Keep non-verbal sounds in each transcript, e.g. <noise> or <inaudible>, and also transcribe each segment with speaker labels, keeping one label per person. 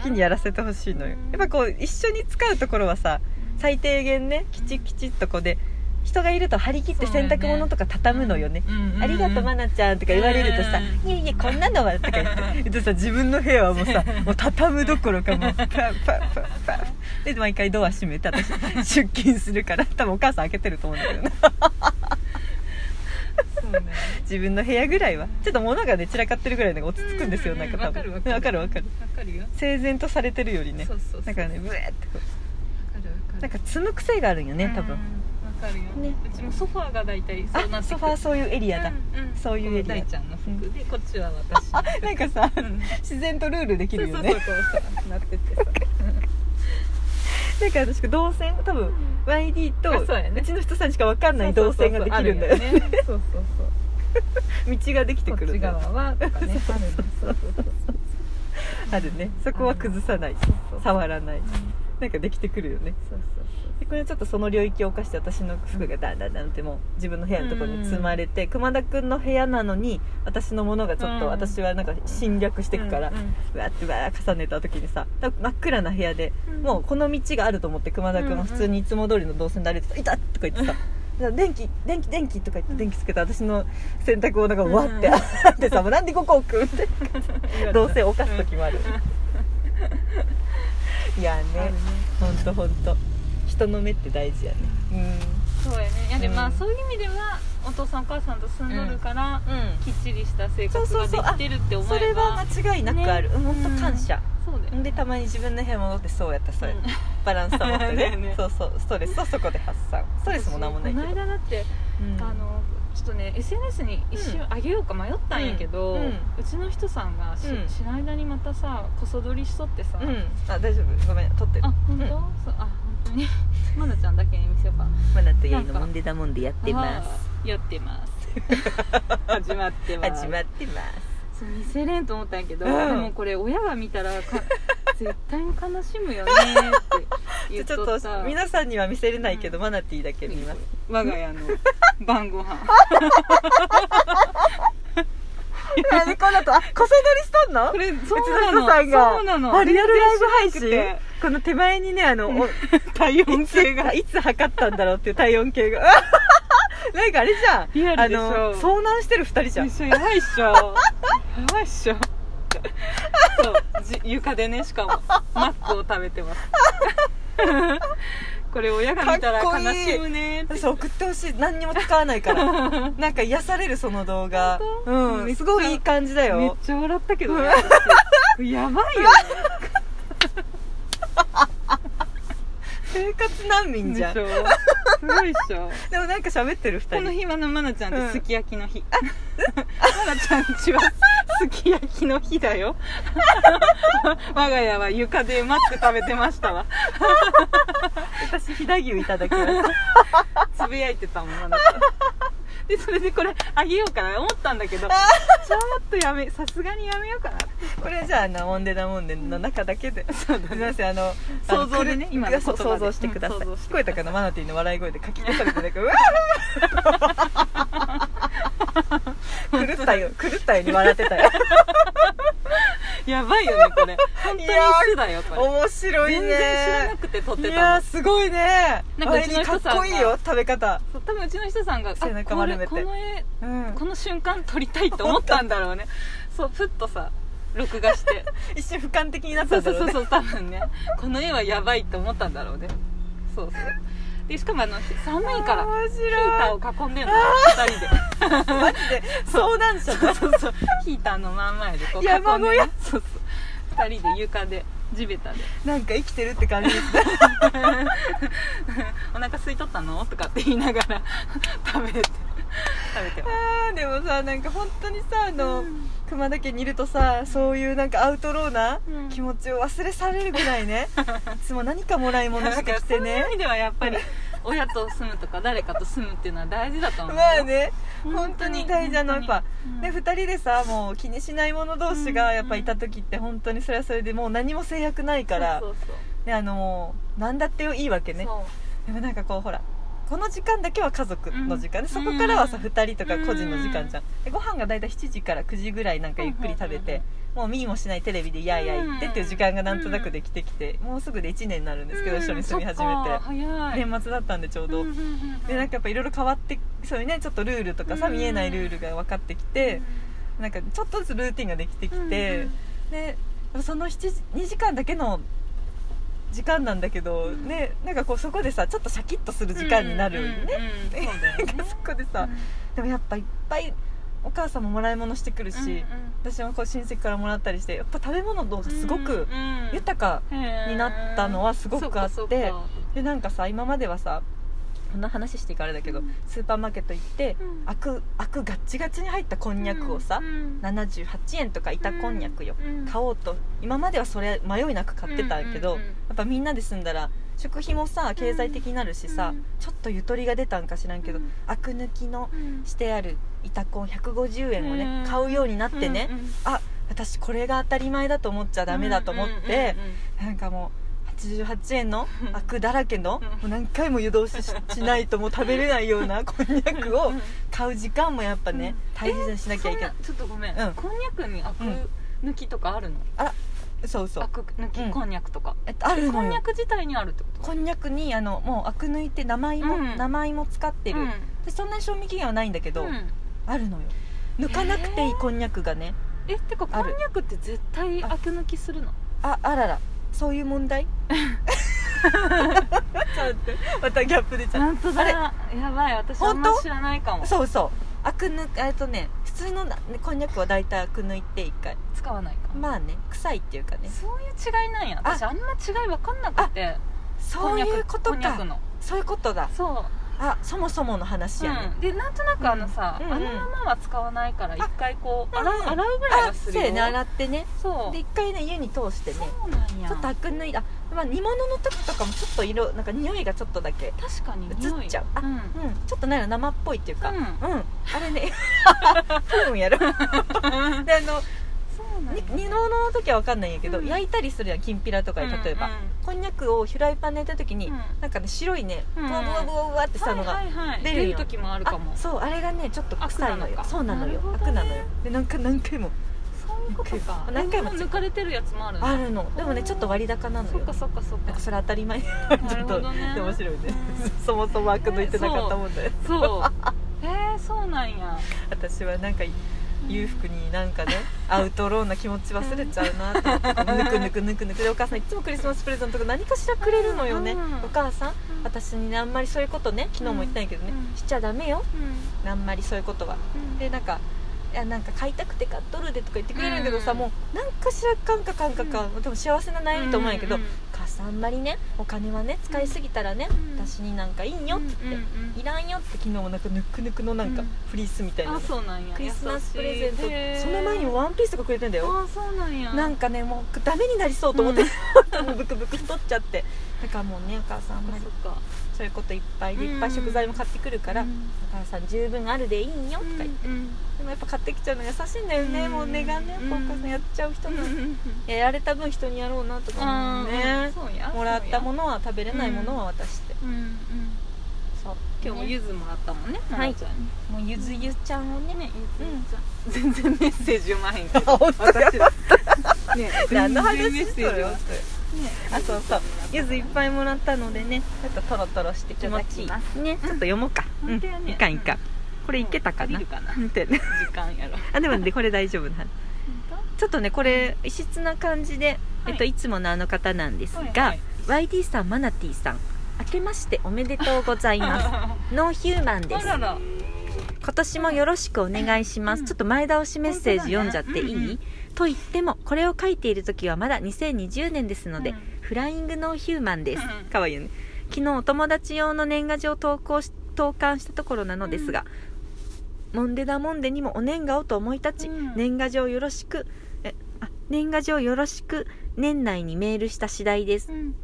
Speaker 1: きにやらせてほしいのよやっぱこう一緒に使うところはさ最低限ねきちきちっとこうで人がいると張り切って洗濯物とか畳むのよね「ありがとう愛菜ちゃん」とか言われるとさ「いやいやこんなのは」とか言ってでさ自分の部屋はもう
Speaker 2: <laughs>
Speaker 1: さもう畳むどころかもうパッパッパッパッで毎回ドア閉めて私出勤するから多分お母さん開けてると思うんだけどな
Speaker 2: そうね
Speaker 1: 自分の部屋ぐらいはちょっと物がね散らかってるぐらいのが落ち着くんですよ
Speaker 2: うん
Speaker 1: な
Speaker 2: うん
Speaker 1: ん
Speaker 2: うん
Speaker 1: か多分
Speaker 2: わ
Speaker 1: わ
Speaker 2: か
Speaker 1: かる
Speaker 2: るわ
Speaker 1: わかる
Speaker 2: わかるよ
Speaker 1: 整然とされてるよりね
Speaker 2: そうそうそう
Speaker 1: だからねブエーってこ
Speaker 2: わかるわか
Speaker 1: う
Speaker 2: る
Speaker 1: なんか積む癖があるんよね多分
Speaker 2: うんわかるよ、
Speaker 1: ね
Speaker 2: うちもソファーが大体そうな
Speaker 1: あ
Speaker 2: って
Speaker 1: ソ
Speaker 2: くる
Speaker 1: ファーそういうエリアだ、
Speaker 2: うんん
Speaker 1: そういうエリア
Speaker 2: この大ちゃんの服で、こっちは私の
Speaker 1: <laughs>
Speaker 2: 服
Speaker 1: なんかさ
Speaker 2: うん
Speaker 1: 自然とルールできるよ
Speaker 2: そう
Speaker 1: ね
Speaker 2: そうそうそうなっててさ
Speaker 1: だから私同線多分 YD と
Speaker 2: あそうやね
Speaker 1: うちの人さんしか分かんない動線ができるんだよね
Speaker 2: そうそうそうあるよねそうそうそう
Speaker 1: 道ができて
Speaker 2: こ
Speaker 1: く
Speaker 2: っ
Speaker 1: る
Speaker 2: ち
Speaker 1: んだよ
Speaker 2: 側はとかねあるねそうそうそう
Speaker 1: あるねそこは崩さない
Speaker 2: そうそう
Speaker 1: 触らないなんかできてくるよね
Speaker 2: そうそう
Speaker 1: でこれちょっとその領域を犯して私の服がだんだんだんってもう自分の部屋のところに積まれて熊田君の部屋なのに私のものがちょっと
Speaker 2: うん
Speaker 1: 私はなんか侵略してくから、
Speaker 2: うんうん
Speaker 1: わーってわー重ねた時にさ多分真っ暗な部屋で、
Speaker 2: うん
Speaker 1: もうこの道があると思って熊田君は普通にいつも通りの動線で歩いてた「いた!」とか言ってさ「じゃあ電気電気電気」とか言って
Speaker 2: うん
Speaker 1: 電気つけて私の洗濯物がわーって
Speaker 2: うん
Speaker 1: あってさ「もうなんでここ置く?」って動線犯す時もある、いや
Speaker 2: ある
Speaker 1: ね
Speaker 2: ね
Speaker 1: ほんとほんと人の目って大事やね
Speaker 2: そうやねいやでもま
Speaker 1: う
Speaker 2: あ
Speaker 1: ん
Speaker 2: そういう意味ではお父さんお母さんと住んどるから
Speaker 1: うん、
Speaker 2: きっちりした生活ができてるって思
Speaker 1: それ
Speaker 2: えば
Speaker 1: は間違いなくある、
Speaker 2: ね
Speaker 1: うん、ほんと感謝、
Speaker 2: そうだよ
Speaker 1: でたまに自分の部屋戻ってそうやったそうやった、
Speaker 2: うん
Speaker 1: バランス保ってね
Speaker 2: ね
Speaker 1: <laughs>
Speaker 2: ね
Speaker 1: そうそうストレスをそこで発散ストレスもなんもないけ
Speaker 2: 私
Speaker 1: ど
Speaker 2: この間だって
Speaker 1: うん
Speaker 2: あのちょっとね SNS に一瞬あげようか迷ったんやけど、
Speaker 1: う
Speaker 2: うん
Speaker 1: うん
Speaker 2: ちの人さんがし、
Speaker 1: うん
Speaker 2: しない間にまたさこそ撮りしとってさ、
Speaker 1: うんあ大丈夫ごめん撮ってる
Speaker 2: あ本
Speaker 1: う
Speaker 2: 当、
Speaker 1: ん
Speaker 2: そうあ本当に <laughs> まなちゃんだけに見せようか
Speaker 1: マナとヤイ
Speaker 2: なん
Speaker 1: の
Speaker 2: か
Speaker 1: もんでだもんでやってます
Speaker 2: あーやってます
Speaker 1: <laughs>
Speaker 2: 始まってます
Speaker 1: 始まってます
Speaker 2: そう見せれんと思ったんやけど、
Speaker 1: うん
Speaker 2: でもこれ親が見たら
Speaker 1: <laughs>
Speaker 2: か絶対に悲しむよねって
Speaker 1: じゃ
Speaker 2: 言っ
Speaker 1: <laughs> ちょ
Speaker 2: と
Speaker 1: っ
Speaker 2: った
Speaker 1: と皆さんには見せれないけど、マナティーだけ見ます
Speaker 2: 我が家の晩ご飯
Speaker 1: <laughs> 何この後あこそ撮りしとんの
Speaker 2: これそう
Speaker 1: ちの
Speaker 2: な
Speaker 1: 人
Speaker 2: の
Speaker 1: さんが
Speaker 2: そうなの
Speaker 1: あリアルライブ配
Speaker 2: 全然知ら
Speaker 1: 信
Speaker 2: なくて
Speaker 1: この手前にねあ
Speaker 2: <laughs>
Speaker 1: のお
Speaker 2: 体
Speaker 1: い
Speaker 2: 温
Speaker 1: つ
Speaker 2: 計が
Speaker 1: いつ測ったんだろうっていう体温計
Speaker 2: <laughs>
Speaker 1: がなんかあれじゃん
Speaker 2: リアルでしょ
Speaker 1: あの遭難してる2人じゃん
Speaker 2: 一緒やばいっしょやばいっしょそうじ床でねしかもマックを食べてます <laughs> これ親が見たら
Speaker 1: かっこいい
Speaker 2: 悲しむねって
Speaker 1: 私送ってほしい何にも使わないから
Speaker 2: <laughs>
Speaker 1: なんか癒されるその動画
Speaker 2: 本当
Speaker 1: うん
Speaker 2: めっちゃ
Speaker 1: すごいいい感じだ
Speaker 2: めっ
Speaker 1: よ
Speaker 2: ちゃ笑ったけど
Speaker 1: うん <laughs>
Speaker 2: ね私やばいよね
Speaker 1: 生活難民じゃん
Speaker 2: で
Speaker 1: で
Speaker 2: しょすごいっしょ
Speaker 1: もなんか喋ってる2
Speaker 2: この
Speaker 1: 人
Speaker 2: 日はのまなちゃんってすき焼きの日、まなちゃんちはすき焼きの日だよ我が家は床でマック食べてましたわ
Speaker 1: 私飛騨牛いただきました
Speaker 2: つぶやいてたもんまなちゃんでそれでこれあげようかな思ったんだけどちょっとやめさすがにやめようかな
Speaker 1: これじゃあなもんでなもんでの中だけで
Speaker 2: そうだ
Speaker 1: すいませんあの
Speaker 2: 想像でね
Speaker 1: あの
Speaker 2: 今
Speaker 1: くる
Speaker 2: の言葉で
Speaker 1: そう想像してください、
Speaker 2: うん想像して
Speaker 1: 聞こ
Speaker 2: くださ
Speaker 1: え
Speaker 2: い
Speaker 1: たかなマナティーの笑い声で書き消されてなんかうわ
Speaker 2: <laughs>
Speaker 1: ー狂ったよ狂ったように笑ってたよ
Speaker 2: やばいよねこれ本当に巣だよこれ
Speaker 1: 面白いね
Speaker 2: 全然知らなくて撮って
Speaker 1: い
Speaker 2: た
Speaker 1: や
Speaker 2: の
Speaker 1: ーすごいね
Speaker 2: なんかう
Speaker 1: 割
Speaker 2: ち
Speaker 1: に
Speaker 2: の
Speaker 1: か
Speaker 2: 人
Speaker 1: っ
Speaker 2: さんが
Speaker 1: こいいよ食べ方
Speaker 2: そう多分うちの人さんがあ
Speaker 1: 背中
Speaker 2: こ
Speaker 1: 丸めて
Speaker 2: れこの絵
Speaker 1: うん
Speaker 2: この瞬間撮りたいって思ったんだろうねそうふっとさ録画して
Speaker 1: 一瞬俯瞰的になっ
Speaker 2: そ
Speaker 1: た
Speaker 2: うん
Speaker 1: だ
Speaker 2: そう
Speaker 1: ろう
Speaker 2: そう
Speaker 1: ね
Speaker 2: そう多分ねこの絵はやばいって思ったんだろうねそうそうでしかもあの寒いから
Speaker 1: 面
Speaker 2: ヒータ
Speaker 1: 白い
Speaker 2: ーを囲んでるの二人で
Speaker 1: マジで相談者
Speaker 2: そうそうそうヒーターの真ん前でこう囲んで、ね、
Speaker 1: 山小屋
Speaker 2: そうそう二人で床で地べたで
Speaker 1: なんか生きてるって感じですね
Speaker 2: 「お腹空いとったの?」とかって言いながら食べて食べてます
Speaker 1: あーでもさなんか本当にさあの、熊田家にいるとさそういうなんかアウトローな
Speaker 2: うん
Speaker 1: 気持ちを忘れされるぐらい
Speaker 2: <laughs>
Speaker 1: ねいつも何かもらい物してきて
Speaker 2: だからそういう
Speaker 1: ね
Speaker 2: 意味ではやっぱり親と住むとか誰かと住むっていうのは大事だと思うよ
Speaker 1: まあね本当に大事なのやっぱ、
Speaker 2: うん
Speaker 1: ね、2人でさもう気にしない者同士がやっぱいた時って本当にそれはそれでもう何も制約ないから
Speaker 2: そうそう
Speaker 1: ね、あの何だっていいわけ
Speaker 2: そう
Speaker 1: ね
Speaker 2: そう
Speaker 1: でもなんかこうほらこの時間だけは家族の時間で、
Speaker 2: うん
Speaker 1: そこからはさ、
Speaker 2: うん
Speaker 1: 2人とか個人の時間じゃん、でご飯が大体7時から9時ぐらいなんかゆっくり食べて、
Speaker 2: うんうんうん
Speaker 1: もう見もしないテレビで「やーやー言って」っていう時間がなんとなくできてきて、もうすぐで1年になるんですけど、一緒に住み始め
Speaker 2: そってか早い
Speaker 1: 年末だったんでちょうど、
Speaker 2: うんうんうんうん
Speaker 1: でなんかやっぱいろいろ変わってそういうねちょっとルールとかさ、
Speaker 2: うん
Speaker 1: 見えないルールが分かってきて、なんかちょっとずつルーティンができてき
Speaker 2: うんうん
Speaker 1: て、でその7時2時間だけの時間なんだけど、
Speaker 2: うん
Speaker 1: ねなんかこうそこでさちょっとシャキッとする時間になるね、
Speaker 2: うんうんうんそうだよね
Speaker 1: <laughs> そこでさ、でもやっぱいっぱいお母さんももらい物してくるし、私もこう親戚からもらったりしてやっぱ食べ物の方がすごく豊か、に
Speaker 2: に
Speaker 1: なったのはすごくあって
Speaker 2: そうかそうか
Speaker 1: でなんかさ今まではさこんな話していいからあれだけど、
Speaker 2: うん
Speaker 1: スーパーマーケット行って、
Speaker 2: うん
Speaker 1: アクアクガッチガチに入ったこんにゃくをさ、
Speaker 2: うん
Speaker 1: 78円とか板こんにゃくよ、
Speaker 2: うん
Speaker 1: 買おうと今まではそれ迷いなく買ってたけど、
Speaker 2: うんうんうん
Speaker 1: やっぱみんなで住んだら食費もさ経済的になるしさ、
Speaker 2: うん
Speaker 1: ちょっとゆとりが出たんか知らんけど、
Speaker 2: うん
Speaker 1: アク抜きの
Speaker 2: うん
Speaker 1: してある板コン150円をね、
Speaker 2: うん
Speaker 1: 買うようになってね、
Speaker 2: うんうん
Speaker 1: あ私これが当たり前だと思っちゃダメだと思って、なんかもう88円の
Speaker 2: うん
Speaker 1: アクだらけの、
Speaker 2: うん
Speaker 1: もう何回も湯通しししないともう食べれないようなこんにゃくを買う時間もやっぱね、大切にしなきゃいけない
Speaker 2: そんちょっとごめん、
Speaker 1: うん
Speaker 2: こんにゃくにアク
Speaker 1: うん
Speaker 2: 抜きとかあるの、
Speaker 1: そうそう
Speaker 2: アク抜き、
Speaker 1: うん
Speaker 2: こんにゃくとか
Speaker 1: えっとある
Speaker 2: こ
Speaker 1: の
Speaker 2: んにゃ
Speaker 1: よ
Speaker 2: く自体にあるってこと
Speaker 1: こんにゃくにあのもうアク抜いて名前も、
Speaker 2: うん
Speaker 1: 名前も使ってる、
Speaker 2: うん
Speaker 1: でそんなに賞味期限はないんだけど、
Speaker 2: うん
Speaker 1: あるのよ抜かなくていいこんにゃくがね
Speaker 2: えってか
Speaker 1: あ
Speaker 2: こん
Speaker 1: る
Speaker 2: にゃくって絶対アク抜きするの
Speaker 1: ああららそういう問
Speaker 2: <laughs>
Speaker 1: 題ちょっと待ってまたギャップ出ちゃう
Speaker 2: 本当だやばい私あん
Speaker 1: 本
Speaker 2: ま
Speaker 1: 当
Speaker 2: 知らないかも
Speaker 1: そうそうアク抜えっとね普通のなこんにゃくは大体アク抜いて一回
Speaker 2: 使わないかも、
Speaker 1: まあね臭いっていうかね
Speaker 2: そういう違いなんや私あんま違い分かんなくて
Speaker 1: そういうこと
Speaker 2: こんにゃく
Speaker 1: か
Speaker 2: の
Speaker 1: そういうことだ
Speaker 2: そう
Speaker 1: あそもそもの話やね、
Speaker 2: うん、でなんとなくあのさ、
Speaker 1: うんうん
Speaker 2: あのままは使わないから一回こう
Speaker 1: あ
Speaker 2: 洗う,、
Speaker 1: うん
Speaker 2: 洗うぐらい
Speaker 1: あ
Speaker 2: はする
Speaker 1: せ
Speaker 2: よ
Speaker 1: やね洗ってね
Speaker 2: そう
Speaker 1: で一回ね湯に通してね
Speaker 2: そうなんや
Speaker 1: ちょっとアク抜いた、まあ、煮物の時とかもちょっと色なんか匂いがちょっとだけ
Speaker 2: 確かに匂い
Speaker 1: 移っちゃうあ <laughs>
Speaker 2: ん
Speaker 1: うんちょっとなんやろ生っぽいっていうか
Speaker 2: う
Speaker 1: うんん、あれ
Speaker 2: <laughs>
Speaker 1: ね多分やろであの
Speaker 2: そうなん
Speaker 1: に
Speaker 2: や
Speaker 1: 煮物の時は分かんないんやけど、
Speaker 2: うん
Speaker 1: 焼いたりするやんきんぴらとかで例えば、
Speaker 2: うん
Speaker 1: こんにゃくをフライパンで焼いた時に、
Speaker 2: うん
Speaker 1: なんかね白いね
Speaker 2: う
Speaker 1: ブ
Speaker 2: ん
Speaker 1: ワブワブワブワってしたのが、
Speaker 2: はいはいはい、
Speaker 1: 出
Speaker 2: 出
Speaker 1: るよ
Speaker 2: る時もあるかも
Speaker 1: あ
Speaker 2: そ
Speaker 1: そうあれがねちょっと臭いのよ
Speaker 2: 悪なのか
Speaker 1: そうなのよ
Speaker 2: なるほどね
Speaker 1: 悪なのよでなんか何回も
Speaker 2: ういうことか
Speaker 1: 何回も
Speaker 2: で抜かれてるやつもあるの
Speaker 1: あるのでもねちょっと割高なのよ
Speaker 2: そっかそっかそっ
Speaker 1: なん
Speaker 2: か
Speaker 1: かそれ当たり前ち
Speaker 2: な
Speaker 1: ょ
Speaker 2: る
Speaker 1: っ
Speaker 2: ほ
Speaker 1: と、
Speaker 2: どね
Speaker 1: で面白いねそもそも悪抜いてなかったもんだよ
Speaker 2: <laughs> そうえー、そうなんや
Speaker 1: 私はなんか裕福になんか
Speaker 2: <laughs>
Speaker 1: ねアウトローな気持ち忘れちゃうなと思ってぬくぬくぬくぬくでお母さんいつもクリスマスプレゼントとか何かしらくれるのよね、
Speaker 2: うん
Speaker 1: お母さん
Speaker 2: うん
Speaker 1: 私にねあんまりそういうことね昨日も言ったんやけどね、
Speaker 2: うん
Speaker 1: しちゃダメよ
Speaker 2: うん
Speaker 1: あんまりそういうことは
Speaker 2: うん
Speaker 1: でなんか「いやなんか買いたくて買っとるで」とか言ってくれるんやけどさ、
Speaker 2: うん
Speaker 1: もうなんかしらかんかかんかかん、でも幸せな悩みと思うんやけど、
Speaker 2: うん
Speaker 1: 母さんあんまりねお金はね使いすぎたらね、
Speaker 2: うん
Speaker 1: 私になんかいいんよって言って、
Speaker 2: うんうんうん
Speaker 1: いらんよって昨日もなんかぬくぬくのなんか
Speaker 2: うん
Speaker 1: フリースみたいなの、
Speaker 2: あそうなんや
Speaker 1: クリスマスプレゼント
Speaker 2: 優しいへー
Speaker 1: その前にもワンピースとかくれてんだよ
Speaker 2: あそうなんや
Speaker 1: なんかねもうダメになりそうと思って、もう <laughs> ブクブク太っちゃってだからもうねお母さんあんまり
Speaker 2: そっか
Speaker 1: そういうこといっぱいで
Speaker 2: うん
Speaker 1: いっぱい食材も買ってくるから、
Speaker 2: うん
Speaker 1: お母さん十分あるでいいんよとか言って、でもやっぱ買ってきちゃうの優しいんだよね、
Speaker 2: うん
Speaker 1: もう値がね、
Speaker 2: うん
Speaker 1: お母さんやっちゃう人
Speaker 2: うん
Speaker 1: なの、
Speaker 2: うん
Speaker 1: やられた分人にやろうなとか思う
Speaker 2: あ
Speaker 1: ね
Speaker 2: ーそうや
Speaker 1: もらったも
Speaker 2: の
Speaker 1: のは食べれないものは渡して、
Speaker 2: うんうん
Speaker 1: そう
Speaker 2: 今日も
Speaker 1: ね
Speaker 2: ゆずもらったもんね
Speaker 1: はい
Speaker 2: ななちゃんに
Speaker 1: もうゆずゆちゃんをね
Speaker 2: ねゆずちゃ <laughs> ん全然メッセージ読まへんけど
Speaker 1: 本当や
Speaker 2: <laughs> 私ら <laughs> ね
Speaker 1: 何の
Speaker 2: 全然メ
Speaker 1: 話
Speaker 2: ッ
Speaker 1: そ
Speaker 2: セージ
Speaker 1: れ
Speaker 2: 読ま
Speaker 1: あそうそうゆずいっぱいもらったのでねちょっとトロトロして気持ちい
Speaker 2: い
Speaker 1: い
Speaker 2: ただき
Speaker 1: ねちょっと読もうか、
Speaker 2: うん
Speaker 1: うん、
Speaker 2: 本当やね
Speaker 1: いかんいかん、こ
Speaker 2: こ
Speaker 1: れいけたかな
Speaker 2: 時
Speaker 1: うんて
Speaker 2: 間やろ
Speaker 1: あでもねこれ大丈夫なちょっとねこれ異質な感じで、
Speaker 2: はい
Speaker 1: えっと、いつものあの方なんですが、
Speaker 2: はいはい
Speaker 1: YD さんマナティさん明けましておめでとうございます
Speaker 2: <laughs> あ
Speaker 1: ノーヒューマンです
Speaker 2: らら
Speaker 1: 今年もよろしくお願いします、
Speaker 2: うん
Speaker 1: ちょっと前倒しメッセージ読んじゃっていい、
Speaker 2: 本当だねうんうん
Speaker 1: と言ってもこれを書いている時はまだ2020年ですので、
Speaker 2: うん
Speaker 1: フライングノーヒューマンです、
Speaker 2: うん
Speaker 1: かわいいよね昨日お友達用の年賀状を投稿し投函したところなのですが、モンデダモンデにもお年賀をと思い立ち、
Speaker 2: うん
Speaker 1: 年賀状よろしくえあ年賀状よろしく年内にメールした次第です
Speaker 2: うん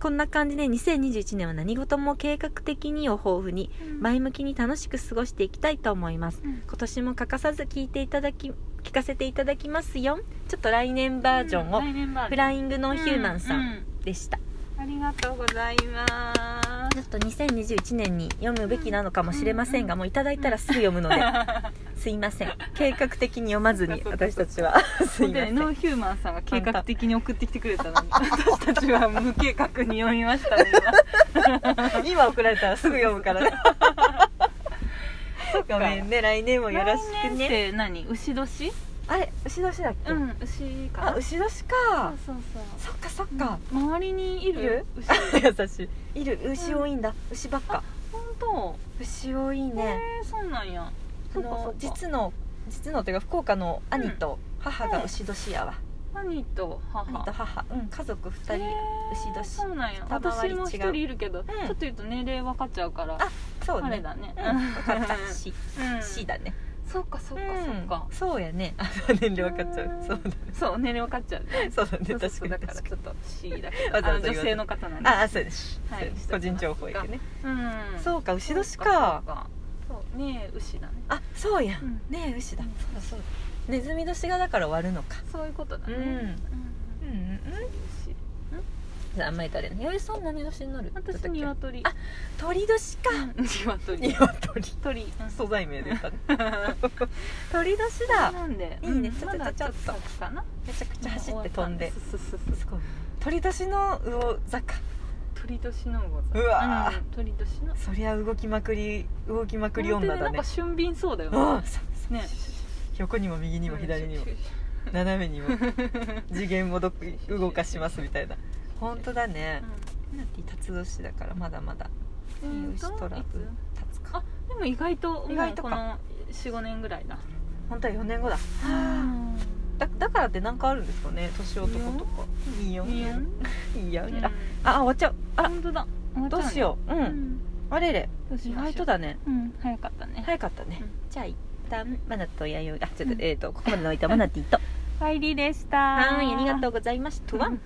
Speaker 1: こんな感じで2021年は何事も計画的にを豊富に前向きに楽しく過ごしていきたいと思います
Speaker 2: うん
Speaker 1: 今年も欠かさず聞いていただき聞かせていただきますよちょっと来年バージョンを、
Speaker 2: 来年バージョン
Speaker 1: フライングノーヒューマンさ
Speaker 2: うんん
Speaker 1: でした、
Speaker 2: ありがとうございます
Speaker 1: <laughs> ちょっと2021年に読むべきなのかもしれませんが、もういただいたらすぐ読むので、
Speaker 2: は
Speaker 1: すすいません計画的に読まずに私たち <laughs> はすいませ
Speaker 2: で
Speaker 1: ん
Speaker 2: ノーヒューマンさんが計画的に送ってきてくれたの
Speaker 1: <laughs>
Speaker 2: に私たちは無計画に読みましたね
Speaker 1: 今送られたらすぐ読む <laughs> からねごめんね来年も
Speaker 2: 今
Speaker 1: よろしく
Speaker 2: 来年っ
Speaker 1: ね
Speaker 2: て何牛年
Speaker 1: あれ牛年だっけ、
Speaker 2: うん牛かな
Speaker 1: あ牛年
Speaker 2: そう
Speaker 1: か
Speaker 2: そう
Speaker 1: そっかそっ
Speaker 2: そう
Speaker 1: か、
Speaker 2: 周りにいる
Speaker 1: いる
Speaker 2: 牛
Speaker 1: 優しいいる牛多いんだ、牛ばっか
Speaker 2: 本当
Speaker 1: 牛多いね、
Speaker 2: へえそうなんや
Speaker 1: あ
Speaker 2: そうかそう
Speaker 1: の
Speaker 2: か
Speaker 1: 実の実のというか福岡の兄と母が牛年やわ、
Speaker 2: 兄と母
Speaker 1: 兄と母、うん、家族2人、
Speaker 2: へえ
Speaker 1: 牛年
Speaker 2: そうなんや
Speaker 1: 二回
Speaker 2: 私
Speaker 1: り違う
Speaker 2: も一人いるけど、ちょっと言うと年齢分かっちゃうから
Speaker 1: あそう
Speaker 2: あ
Speaker 1: ね
Speaker 2: れだね、
Speaker 1: うん分かったし、
Speaker 2: うん
Speaker 1: しだね
Speaker 2: そうかそうか
Speaker 1: うん
Speaker 2: そうか、
Speaker 1: そうやね <laughs> あ年齢分かっちゃうそうだね
Speaker 2: そう年齢分かっちゃうね
Speaker 1: そうだ
Speaker 2: そ
Speaker 1: ね
Speaker 2: うそうそ
Speaker 1: <laughs> 確か
Speaker 2: うだ
Speaker 1: に
Speaker 2: から
Speaker 1: 確
Speaker 2: ち
Speaker 1: か
Speaker 2: ょっと C だけ
Speaker 1: わざ
Speaker 2: どあ
Speaker 1: わざ言わ
Speaker 2: の
Speaker 1: ず
Speaker 2: 女性の方なんで
Speaker 1: にああそうです、
Speaker 2: はい
Speaker 1: そうです個人情報やけどね
Speaker 2: うん
Speaker 1: そううか牛年か
Speaker 2: かそうねえ牛だね
Speaker 1: あそうやん、
Speaker 2: うん
Speaker 1: ねえ牛だ、
Speaker 2: うん
Speaker 1: そうだそうだネズミ年がだから割るのか
Speaker 2: そういうことだね
Speaker 1: うんうんうんうん
Speaker 2: 牛
Speaker 1: じゃああんまり誰ねよりそんな何年になる
Speaker 2: 私
Speaker 1: だっけ
Speaker 2: 鶏
Speaker 1: あ鳥年か
Speaker 2: 鶏
Speaker 1: 鶏
Speaker 2: 鳥うん
Speaker 1: 素材名で言った
Speaker 2: <laughs>
Speaker 1: ね鳥年だ
Speaker 2: なんで
Speaker 1: いいね
Speaker 2: うん
Speaker 1: ちょっと
Speaker 2: まだ
Speaker 1: ちょっと
Speaker 2: 先かな
Speaker 1: めちゃくちゃ走って飛んで
Speaker 2: 終わったそうそうそう
Speaker 1: すごい鳥年の魚坂
Speaker 2: 鳥年のご
Speaker 1: うわー
Speaker 2: うん鳥年の
Speaker 1: そりゃ動きまくり動きまくり
Speaker 2: 本当
Speaker 1: 女
Speaker 2: に
Speaker 1: だ
Speaker 2: なん
Speaker 1: ね
Speaker 2: か俊敏そうだよ
Speaker 1: あ
Speaker 2: ね
Speaker 1: ね
Speaker 2: ね
Speaker 1: 横にも右にも左にも斜めに
Speaker 2: <laughs>
Speaker 1: も次元もどっ動かしますみたいな本当だねミナティ辰年だからまだまだ
Speaker 2: う
Speaker 1: い
Speaker 2: ん
Speaker 1: い牛トラ
Speaker 2: い
Speaker 1: ブ
Speaker 2: つ
Speaker 1: 立つか
Speaker 2: あでも意外ともう
Speaker 1: 意外とか
Speaker 2: この45年ぐらいだ
Speaker 1: 本当は4年後だ
Speaker 2: うん
Speaker 1: だだからって何かあるんですかね年男とかいいよ
Speaker 2: いいよ
Speaker 1: いいよ
Speaker 2: うん
Speaker 1: ああ終わっちゃうあら
Speaker 2: 本当だ
Speaker 1: どうしようう
Speaker 2: ううんん
Speaker 1: あれれ
Speaker 2: どうし
Speaker 1: 意
Speaker 2: ましょう
Speaker 1: 外とだね
Speaker 2: うん早かったね
Speaker 1: 早かったね
Speaker 2: う
Speaker 1: じゃあ一旦マナと弥生あちょっと
Speaker 2: うん
Speaker 1: えっとここまでのいたマナティと
Speaker 2: 帰りでした
Speaker 1: はいありがとうございましたワン